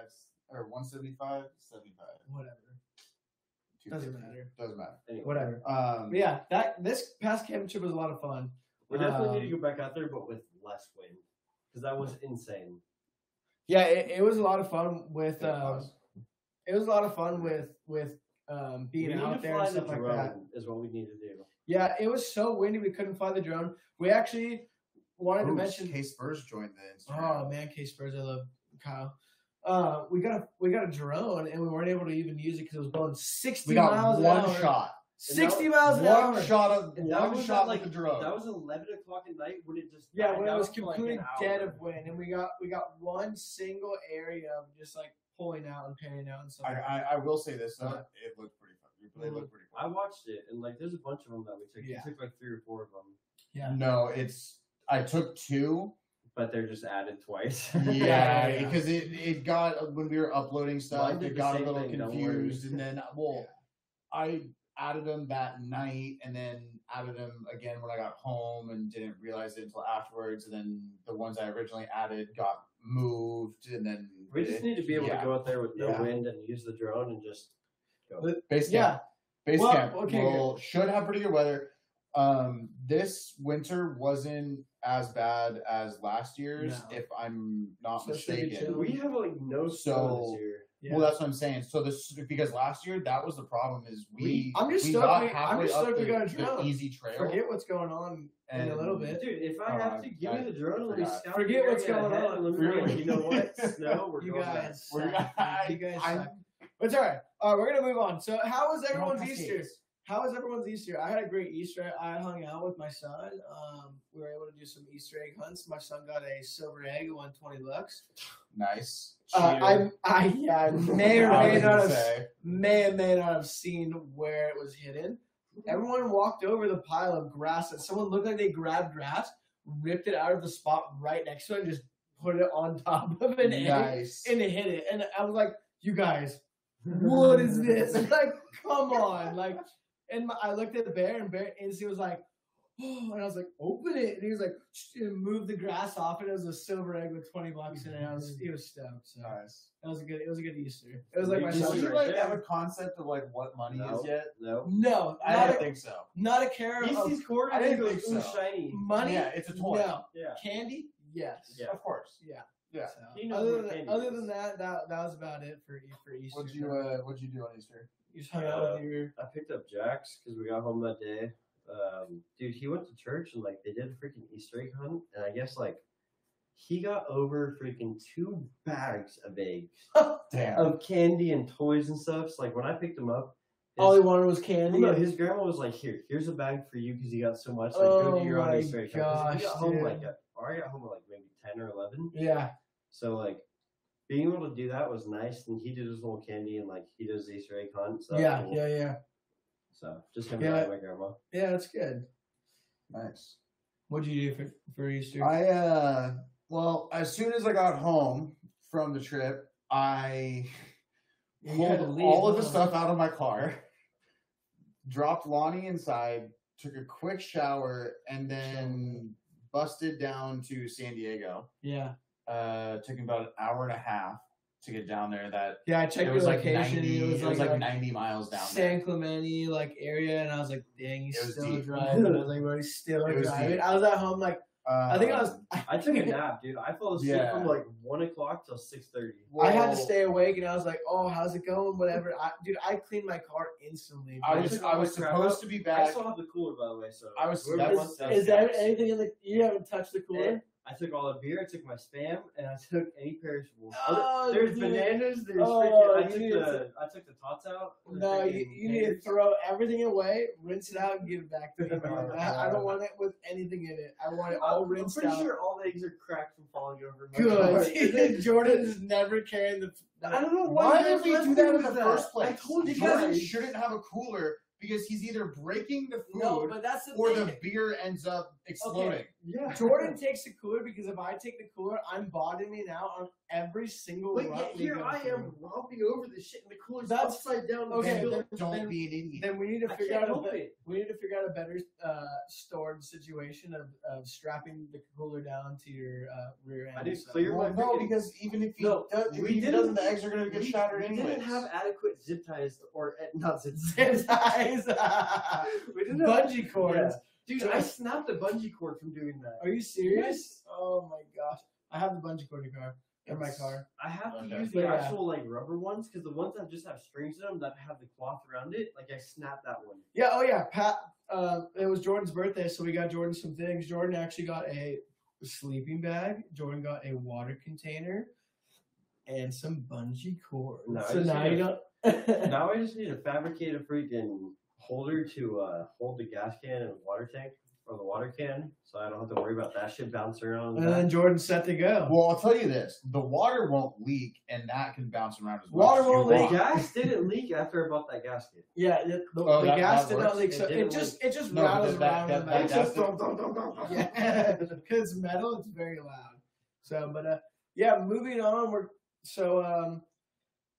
A: or 175, 75.
B: Whatever.
A: 250.
B: Doesn't matter.
A: Doesn't matter.
C: Anyway,
B: Whatever.
A: Um,
B: But yeah, that this past camping trip was a lot of fun.
C: we definitely
B: Um,
C: need to go back out there, but with less wind, because that was insane.
B: Yeah, it, it was a lot of fun with.
A: yeah,
B: Um,
A: pause.
B: it was a lot of fun with with um,
C: We
B: being
C: need to
B: out there
C: fly
B: and
C: the
B: stuff like that.
C: drone is what we need to do.
B: Yeah, it was so windy we couldn't fly the drone. We actually wanted to
A: Ooh,
B: mention.
A: K Spurs joined the Instagram.
B: Oh man, K Spurs, I love Kyle. Uh, we got a we got a drone and we weren't able to even use it because it was blowing sixty
A: we got
B: miles
A: one
B: an hour.
A: shot.
B: 60
C: And
B: miles
A: One
B: an hour.
A: shot of
C: And that
A: one
C: was
A: shot
C: at, like
A: with the drone.
C: That was eleven o'clock at night when it just
B: Yeah,
C: died
B: when it
C: out
B: was
C: for, like, an
B: completely dead
C: hour.
B: of wind, and we got we got one single area of just like pulling out and panning out and stuff.
A: I, I, I will say this though,
B: Uh,
A: it looked pretty fun. They looked pretty
C: I
A: fun.
C: watched it and like there's a bunch of them that we took.
B: Yeah.
C: We took like three or four of them,
B: yeah.
A: No, it's I took two.
C: but they're just added twice.
A: Yeah,
B: yeah.
A: because it, it got when we were uploading
C: Mine
A: stuff,
C: did
A: it
C: the
A: got a
C: same
A: little
C: thing, don't worry.
A: confused, and then well, I added them that night, and then added them again when I got home, and didn't realize it until afterwards. And then the ones I originally added got moved, and then
C: we just need to be able
A: Yeah.
C: to go out there with no
B: Yeah.
C: wind and use the drone and just go.
B: But-
A: Basecamp.
B: Yeah.
A: Basecamp
B: Well, okay,
A: will, should have pretty good weather. Um, this winter wasn't as bad as last year's,
B: No.
A: if I'm not
B: So it's gonna be
A: mistaken.
B: chill.
C: we have like no snow
A: So-
C: this year.
B: yeah.
A: Well, that's what I'm saying. So this because last year that was the problem is we
B: We- I'm just
A: we
B: stoked
A: got
B: we- I'm
A: halfway
B: just
A: up
B: stoked we
A: the-
B: got a
A: the
B: drone.
A: easy trail.
B: Forget what's going on in a little
A: And-
B: bit.
C: Dude, if I
A: Oh,
C: have
A: I-
C: to give
A: I
C: me the drone, let me
A: forgot.
C: scout
B: uh, Forget
C: the
B: what's
C: area
B: going
C: ahead
B: on.
C: and Let me
A: Really?
C: know, you know what? Snow, we're
B: You
C: going back.
B: guys,
A: We're
B: suck.
A: gonna-
B: you guys.
A: I'm-
B: suck. It's all right. All right, we're gonna move on. So, how was
A: We're on
B: everyone's Easter?
A: Cascades.
B: How was everyone's Easter? I had a great Easter. I hung out with my son. Um, we were able to do some Easter egg hunts. My son got a silver egg, one twenty bucks.
A: Nice.
B: Uh, I,
C: Cheater.
B: I, yeah, I may or
A: I was gonna
B: may not have
A: say,
B: may or may not have seen where it was hidden. Everyone walked over the pile of grass and someone looked like they grabbed grass, ripped it out of the spot right next to it, and just put it on top of an egg
A: nice.
B: and hid it. And I was like, you guys, what is this? like, come on. Like, and my, I looked at the bear and bear instantly was like, oh, and I was like, open it. And he was like, move the grass off. And it was a silver egg with 20 bucks in it. I was, he was stoked. So
A: nice.
B: that was a good, it was a good Easter. It was like my
C: Mm-hmm. Did you
A: Does
B: son's
A: he
C: right
A: like
C: there.
A: have a concept of like what money
C: No.
A: is yet?
C: No.
B: No,
A: I
B: not
A: don't
B: a,
A: think so.
B: not a care of
C: Easy's quarter
A: I didn't
C: goes,
A: think
C: "Ooh,
A: so."
C: shiny.
B: money.
A: Yeah, it's a toy.
B: No,
C: Yeah.
B: candy. Yes.
C: Yeah.
A: Of course.
B: Yeah.
A: Yeah.
B: So,
C: He knows
B: other
C: what
B: than,
C: candy
B: other
C: is.
B: than that, that that was about it for for Easter.
A: What'd you uh, what'd you do on Easter?
B: you just hung
C: uh,
B: out with your
C: I picked up Jax because we got home that day. Um, dude, he went to church and like they did a freaking Easter egg hunt, and I guess like he got over freaking two bags of eggs
A: Damn.
C: of candy and toys and stuff. So like when I picked him up, his,
B: all Oh, he wanted was
C: well,
B: candy.
C: no, his grandma was like, "Here, here's a bag for you because he got so much." Like, go
B: Oh
C: to your
B: my
C: own Easter egg hunt." 'Cause
B: gosh,
C: We got home
B: dude.
C: like at, or I got home at like maybe ten or eleven.
B: yeah.
C: So like being able to do that was nice, and he did his little candy and like he does the Easter egg hunt. So that was
B: yeah.
C: cool.
B: Yeah. Yeah.
C: So just him
B: Yeah.
C: and my grandma.
B: Yeah. That's good.
A: Nice.
B: What'd you do for for Easter?
A: I uh well, as soon as I got home from the trip, I
B: You had to
A: pulled
B: leave,
A: all of the
B: huh?
A: stuff out of my car, dropped Lonnie inside, took a quick shower, and then busted down to San Diego.
B: Yeah.
A: Uh took me about an hour and a half to get down there. That
B: Yeah. I checked
A: it was
B: the
A: like
B: location.
A: ninety
B: it was like, like,
A: ninety miles down
B: San
A: there.
B: Clemente like area, and I was like, dang, he's
A: It was
B: still
A: deep.
B: driving. I was like, bro, he's still
A: It was
B: driving.
A: deep.
B: I was at home like, I think I was.
A: Um,
C: I took a nap, dude. I fell asleep
A: Yeah.
C: from like one o'clock till six thirty.
B: I had to
A: well,
B: stay awake, and I was like, "Oh, how's it going? Whatever." I, dude, I cleaned my car instantly.
A: I
B: bro.
A: was
C: took
A: I
C: all
A: was
C: my crap
A: supposed
C: out.
A: to be
C: I
A: back.
C: still have the cooler, by the way. So
A: I was-
C: We're-
A: that
B: is,
A: was- that
B: is
A: was Eh?
B: there
A: nice.
B: anything in the? You haven't touched the cooler.
C: I took all the beer. I took my spam, and I took any perishables.
B: Oh,
C: there's
B: dude.
C: bananas. There's
B: Oh,
C: freaking. I took
B: dude.
C: the I took the tots out. the
B: No, you,
C: freaking
B: you need to
C: taters.
B: throw everything away, rinse it out, and give it back to me. bro.
A: Oh,
B: I, I
A: God.
B: don't want it with anything in it. I want it
C: I'm-
B: all
C: I'm
B: rinsed
C: pretty
B: out.
C: sure all the eggs are cracked from falling over. my car.
B: Good. Jordan is never carrying the.
C: I don't know why,
A: Why did
C: you guys
A: we
C: let
A: do
C: me
A: that in the first
C: I
A: place?
C: told you
A: Jordan
C: guys.
A: shouldn't have a cooler because he's either breaking the food
B: No, but that's the
A: or
B: thing.
A: the beer ends up exploding.
C: Yeah.
B: Jordan takes the cooler because if I take the cooler, I'm bottoming out on every single
C: But
B: route
C: yet
B: we
C: here
B: go
C: I am
B: through.
C: romping over the shit and the cooler's
B: That's-
C: upside down.
B: okay,
C: in the middle.
A: Then don't
B: then-
A: be an idiot.
B: Then we need to
C: I
B: figure
C: can't
B: out a
C: help
B: bet-
C: it.
B: we need to figure out a better uh, storage situation of, of strapping the cooler down to your uh, rear end.
C: I did
B: so-
C: clear-
A: well,
C: my
A: no,
C: freaking-
A: because even if he
C: No,
A: does, if
C: we
A: he
C: didn't-
A: doesn't, the eggs are going to get
C: we,
A: shattered
C: we
A: anyway.
C: didn't have adequate zip ties or eh, not zip ties.
B: Bungee
C: we didn't have
B: cords.
C: Dude, I snapped a bungee cord from doing that.
B: Are you serious? Oh my gosh! I have the bungee cord in my car. In my
C: It's-
B: car.
C: I have
A: Okay.
C: to use the
B: Yeah.
C: actual like rubber ones because the ones that just have strings in them that have the cloth around it, like I snapped that one.
B: Yeah. Oh yeah. Pat. Uh, it was Jordan's birthday, so we got Jordan some things. Jordan actually got a sleeping bag. Jordan got a water container, and some bungee cord.
C: No, I
B: so
C: just
B: now you
C: need
B: don't.
C: now I just need to fabricate a freaking holder to uh, hold the gas can and water tank or the water can, so I don't have to worry about that shit bouncing around.
B: and then Jordan's set to go.
A: Well, I'll tell you this: the water won't leak, and that can bounce around as much
B: Water
A: as you
B: won't
C: the
A: want.
B: leak.
C: gas didn't leak after I bought that gasket.
B: Yeah, the, the,
A: Oh,
B: the
A: that-
B: gas
A: that
B: did
A: works.
B: not leak.
C: It
B: So it,
C: didn't
B: just it just
A: No, but that-
B: rattles
A: that-
B: around. in
A: that-
B: the
A: that- that's
B: back.
A: the-
B: yeah, because metal it's very loud. So, but uh, yeah, moving on. We're so um,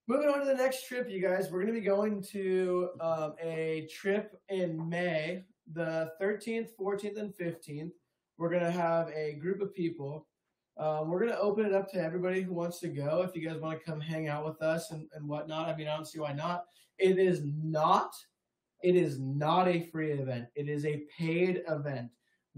B: moving on to the next trip, you guys. We're gonna be going to um, a trip in May, the 13th, 14th, and 15th. We're gonna have a group of people. Um, we're gonna open it up to everybody who wants to go. If you guys want to come hang out with us and, and whatnot, I mean, I don't see why not. It is not. It is not a free event. It is a paid event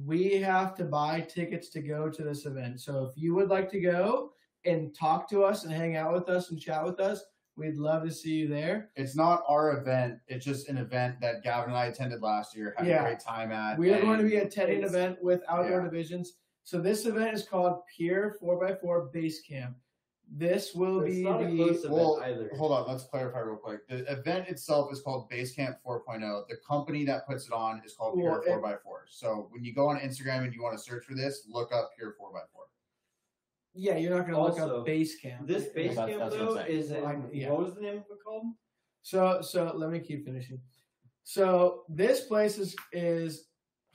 B: we have to buy tickets to go to this event. So if you would like to go and talk to us and hang out with us and chat with us, we'd love to see you there.
A: It's not our event; it's just an event that Gavin and I attended last year, had
B: Yeah.
A: a great time at.
B: We are going to
A: and
B: be attending an
C: it's-
B: event with outdoor
A: yeah.
B: divisions. So this event is called Pier 4x4 Base Camp. This will
C: It's
B: be
C: not a
B: the
C: close event
A: well,
C: either.
A: Hold on, let's clarify real quick. The event itself is called Basecamp 4.0. The company that puts it on is called
B: Well,
A: Pure
B: it-
A: 4x4. So when you go on Instagram and you want to search for this, look up Pure 4x4.
B: yeah. You're not going to look
C: Also,
B: up Base Camp.
C: This base
A: that's-
C: camp
A: that's what I'm
C: though
A: saying.
C: is in,
B: Well, I- yeah.
C: what was the name of it called?
B: So so let me keep finishing. So this place is is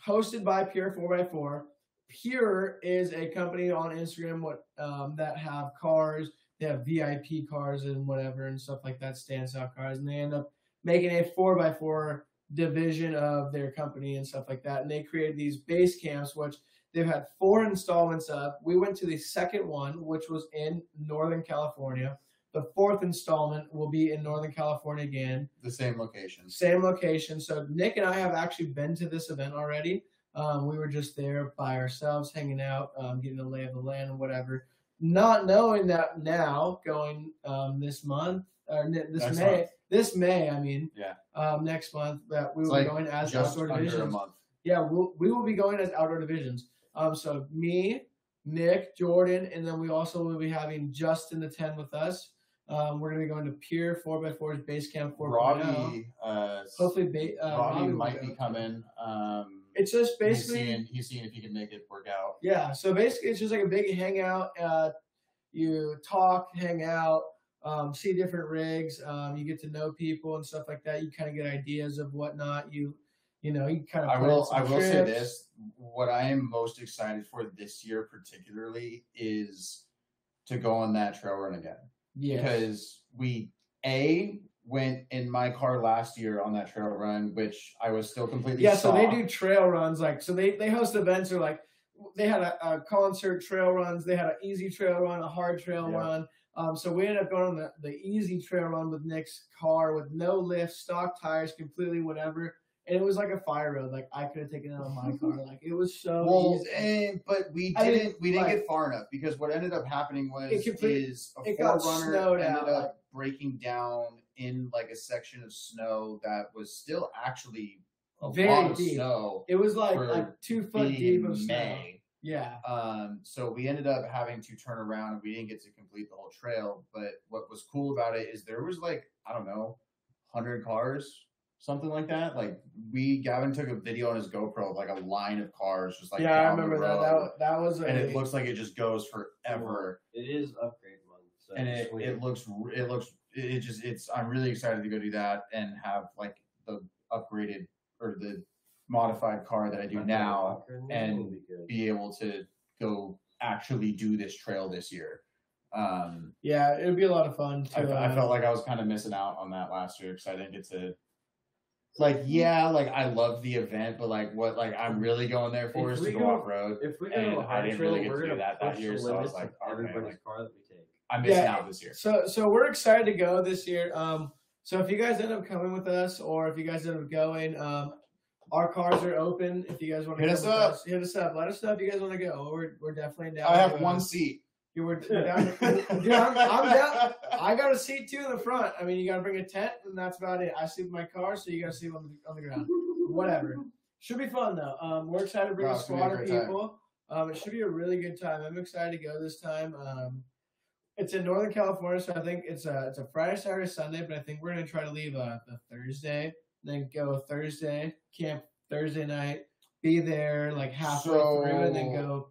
B: hosted by Pure Four x Four. Pure is a company on Instagram what um, that have cars. They have VIP cars and whatever and stuff like that, stands out cars, and they end up making a four x four division of their company and stuff like that. And they created these base camps, which they've had four installments of. We went to the second one, which was in Northern California. The fourth installment will be in Northern California again,
A: The same location.
B: same location. So Nick and I have actually been to this event already. Um, we were just there by ourselves, hanging out, um, getting the lay of the land and whatever. Not knowing that now, going um, this month or n- this
A: Next
B: May,
A: month.
B: this May, I mean,
A: Yeah.
B: um, next month that we
A: It's
B: will
A: like
B: be going as
A: Just
B: outdoor
A: under a
B: divisions.
A: month.
B: Yeah, we'll, we will be going as outdoor divisions. Um, so me, Nick, Jordan, and then we also will be having Justin the ten with us. Um, we're gonna be going to Pier Four x Fours Base Camp Four oh.
A: Robbie, uh,
B: Hopefully, ba- uh,
A: Robbie,
B: Robbie will
A: might
B: go.
A: be coming. Um,
B: It's just basically
A: he's seeing, he's seeing if he can make it work out.
B: Yeah. So basically, it's just like a big hangout. Uh, you talk, hang out, um, see different rigs. Um, you get to know people and stuff like that. You kind of get ideas of whatnot. You, you know, you kind of.
A: I will. I will say this: what I am most excited for this year, particularly, is to go on that trail run again
B: Yeah.
A: because we a went in my car last year on that trail run, which I was still completely
B: Yeah. So they
A: soft.
B: do trail runs. Like, so they they host events or like they had a, a concert trail runs. They had an easy trail run, a hard trail
A: Yeah.
B: run. Um, so we ended up going on the, the easy trail run with Nick's car with no lift, stock tires, completely whatever. And it was like a fire road. Like I could have taken it on my car. Like it was so
A: Well,
B: easy.
A: eh, but we
B: I mean,
A: didn't. we didn't
B: like-
A: get far enough because what ended up happening was
B: It complete-
A: is a
B: it got
A: forerunner
B: snowed
A: ended
B: out,
A: up breaking down in like a section of snow that was still actually a
B: Very
A: lot of
B: deep.
A: snow.
B: It was like
A: for
B: like two foot
A: being
B: deep
A: in
B: of snow.
A: May.
B: Yeah.
A: Um, so we ended up having to turn around and we didn't get to complete the whole trail. But what was cool about it is there was like, I don't know, 100 cars, something like that. Like we, Gavin took a video on his GoPro of like a line of cars just like,
B: yeah, I
A: down the
B: remember that.
A: road.
B: That wa- that was a,
A: and it looks like it just goes forever.
C: It is upgrade month. So
A: And it,
C: sweet.
A: it looks, r- it looks, it it just, it's, I'm really excited to go do that and have like the upgraded or the modified car that I do now
C: Fucker,
A: and
C: would be good.
A: be able to go actually do this trail this year. Um,
B: Yeah, it would be a lot of fun. To,
A: I, fe- I
B: uh,
A: felt like I was kind of missing out on that last year because I didn't get to. Like yeah, like I love the event, but like what like I'm really going there for
C: If
A: is to
C: we
A: go,
C: go-
A: off road.
C: if we go
A: and
C: to
A: I
C: Ohio
A: didn't
C: Trail,
A: really get
C: we're
A: to do
C: gonna
A: that that
C: push
A: year,
C: the
A: so I was
C: limits
A: like,
C: of
A: okay,
C: everybody's
A: like-
C: car that we take.
A: I'm missing
B: Yeah.
A: out this year.
B: So so we're excited to go this year. Um, so if you guys end up coming with us, or if you guys end up going, um, our cars are open. If you guys want to
A: Hit
B: come
A: us
B: with
A: up.
B: hit us up. Let us know if you guys want to go. We're, we're definitely down.
A: I
B: to,
A: have
B: uh,
A: one seat.
B: You were we're down. Dude, I'm, I'm down. I got a seat too in the front. I mean, you got to bring a tent, and that's about it. I sleep in my car, so you got to sleep on the, on the ground. Whatever. Should be fun though. Um, we're excited to bring
A: No,
B: a
A: Oh, it's gonna be a
B: squad of
A: great time.
B: people. Um, it should be a really good time. I'm excited to go this time. Um, it's in Northern California, so I think it's a it's a Friday, Saturday, Sunday, but I think we're gonna try to leave uh, the Thursday, then go Thursday camp Thursday night, be there like halfway
A: So-
B: through, and then go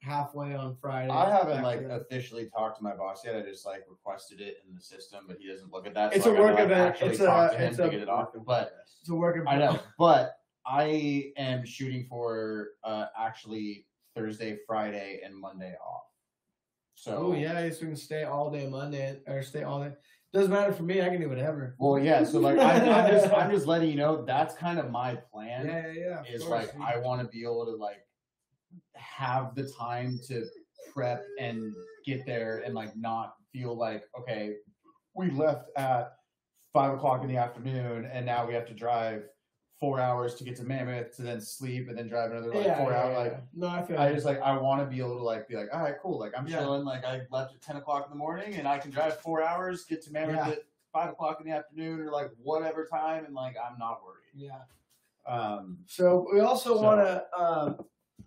B: halfway on Friday.
A: I haven't
B: Back
A: like
B: to the-
A: officially talked to my boss yet. I just like requested it in the system, but he doesn't look at that.
B: It's
A: so
B: a
A: I gotta,
B: work
A: like,
B: event.
A: actually
B: It's a-
A: talk to him
B: it's
A: to
B: a-
A: get it off. But
B: it's a working.
A: I know, but I am shooting for uh actually Thursday, Friday, and Monday off. So
B: Oh yeah, so we can stay all day Monday or stay all day. Doesn't matter for me. I can do whatever.
A: Well, yeah. So like, I'm, I'm just I'm just letting you know that's kind of my plan.
B: yeah, yeah, yeah. of
A: is
B: course,
A: like
B: we-
A: I want to be able to like have the time to prep and get there and like not feel like okay, we left at five o'clock in the afternoon and now we have to drive four hours to get to Mammoth to then sleep and then drive another like
B: yeah,
A: four
B: yeah,
A: hour
B: yeah.
A: like.
B: no, I feel
A: I
B: you.
A: just like I want to be able to like be like, all right, cool. Like I'm
B: Yeah.
A: chilling. Like I left at ten o'clock in the morning, and I can drive four hours, get to Mammoth
B: Yeah.
A: at five o'clock in the afternoon, or like whatever time, and like I'm not worried.
B: yeah.
A: Um,
B: So we also
A: So-
B: want to um,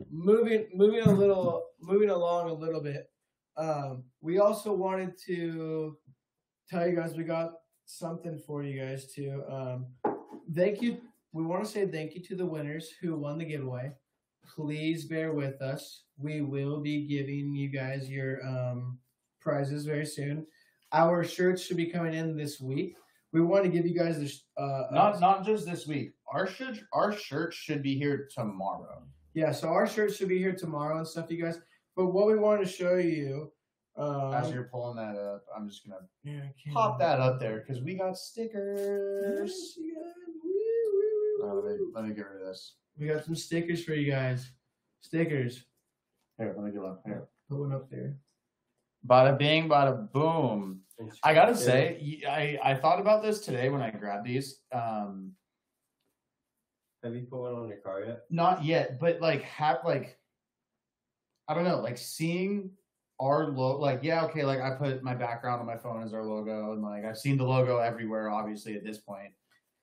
B: moving moving a little moving along a little bit. Um, we also wanted to tell you guys we got something for you guys too. Um, thank you. We want to say thank you to the winners who won the giveaway. Please bear with us. We will be giving you guys your um, prizes very soon. Our shirts should be coming in this week. We want to give you guys this. Uh,
A: not not just this week. Our shirt our shirt should be here tomorrow.
B: Yeah, so our shirts should be here tomorrow and stuff, you guys. But what we wanted to show you, um,
A: As you're pulling that up, I'm just gonna
B: yeah, I can't-
A: pop that up there because we got stickers. Uh, let, me, let me get rid of this.
B: We got some stickers for you guys. Stickers.
A: Here, let me get one. Here.
B: Put one up there.
A: Bada bing, bada boom.
C: And
A: I gotta
C: she-
A: say, y- I I thought about this today when I grabbed these. Um,
C: have you put one on your car yet?
A: not yet, but like have like, I don't know, like seeing our logo. Like, yeah, okay, like I put my background on my phone as our logo, and like I've seen the logo everywhere, obviously at this point.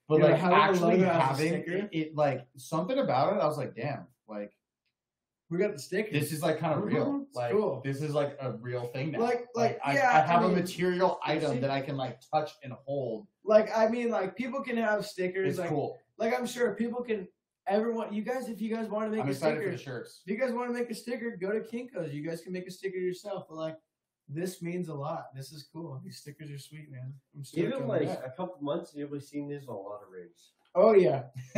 A: But
B: Yeah,
A: like
B: having the
A: actually
B: logo as a
A: having
B: sticker?
A: it, it, like something about it, I was like, damn, like
B: We got the stickers.
A: this is like kind of real.
B: Mhm, it's
A: Like
B: cool.
A: this is like a real thing now.
B: Like- like,
A: I,
B: yeah,
A: I
B: I
A: have
B: mean,
A: a material
B: you
A: item
B: see-
A: that I can like touch and hold.
B: like I mean, like people can have stickers.
A: It's
B: like,
A: cool.
B: like I'm sure people can. Everyone, you guys, if you guys want to make
A: I'm
B: a
A: excited
B: sticker,
A: for the
B: if
A: shirts.
B: you guys want to make a sticker, go to Kinkos. You guys can make a sticker yourself. But like, this means a lot. This is cool. These stickers are sweet, man. I'm stoked
C: Even
B: on
C: like
B: this.
C: a couple months, you'll be seeing these on a lot of rigs.
B: oh yeah.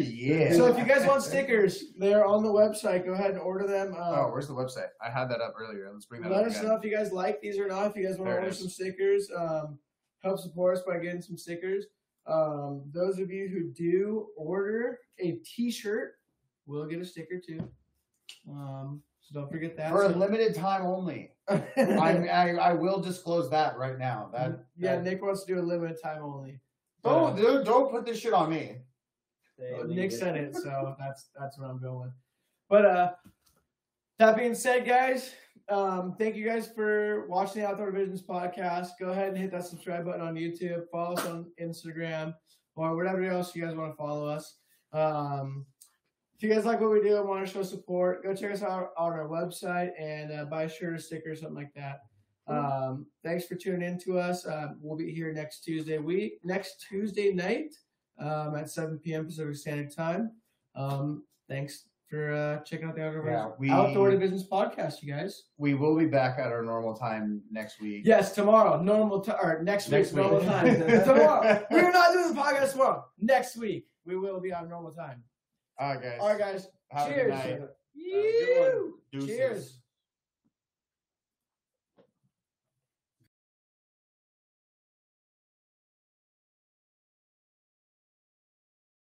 A: yeah.
B: So if you guys want stickers, they're on the website. Go ahead and order them.
A: oh,
B: Um,
A: where's the website? I had that up earlier. Let's bring that
B: let
A: up
B: us
A: again.
B: know if you guys like these or not. If you guys want
A: There it
B: to order
A: is.
B: some stickers, um, help support us by getting some stickers. Um, those of you who do order a T-shirt, will get a sticker too. Um, so don't forget that.
A: For a
B: So-
A: limited time only. I, I I will disclose that right now. That uh,
B: yeah,
A: that-
B: Nick wants to do a limited time only.
A: don't Oh, dude, don't put this shit on me.
C: They
B: Uh,
C: leave
B: Nick
C: it-
B: said it, so that's that's what I'm going with. But uh that being said, guys, um, thank you guys for watching the Outdoor Visions podcast. Go ahead and hit that subscribe button on YouTube, follow us on Instagram or whatever else you guys want to follow us. Um, if you guys like what we do and want to show support, go check us out on our website and uh, buy a shirt or sticker or something like that. Um, thanks for tuning in to us. Uh, we'll be here next Tuesday week, next Tuesday night um, at 7 p.m. Pacific Standard Time. Um, thanks for uh, checking out the Outdoor,
A: Yeah, we-
B: Outdoor Divisions podcast, you guys.
A: We will be back at our normal time next week.
B: Yes, tomorrow, normal time, or next,
A: Next
B: week, normal
A: week.
B: time. tomorrow. We're not doing the podcast tomorrow. Next week. we will be on normal time.
A: All right, guys.
B: All right, guys.
A: Have a good
B: Cheers.
A: night.
C: good one.
B: Cheers.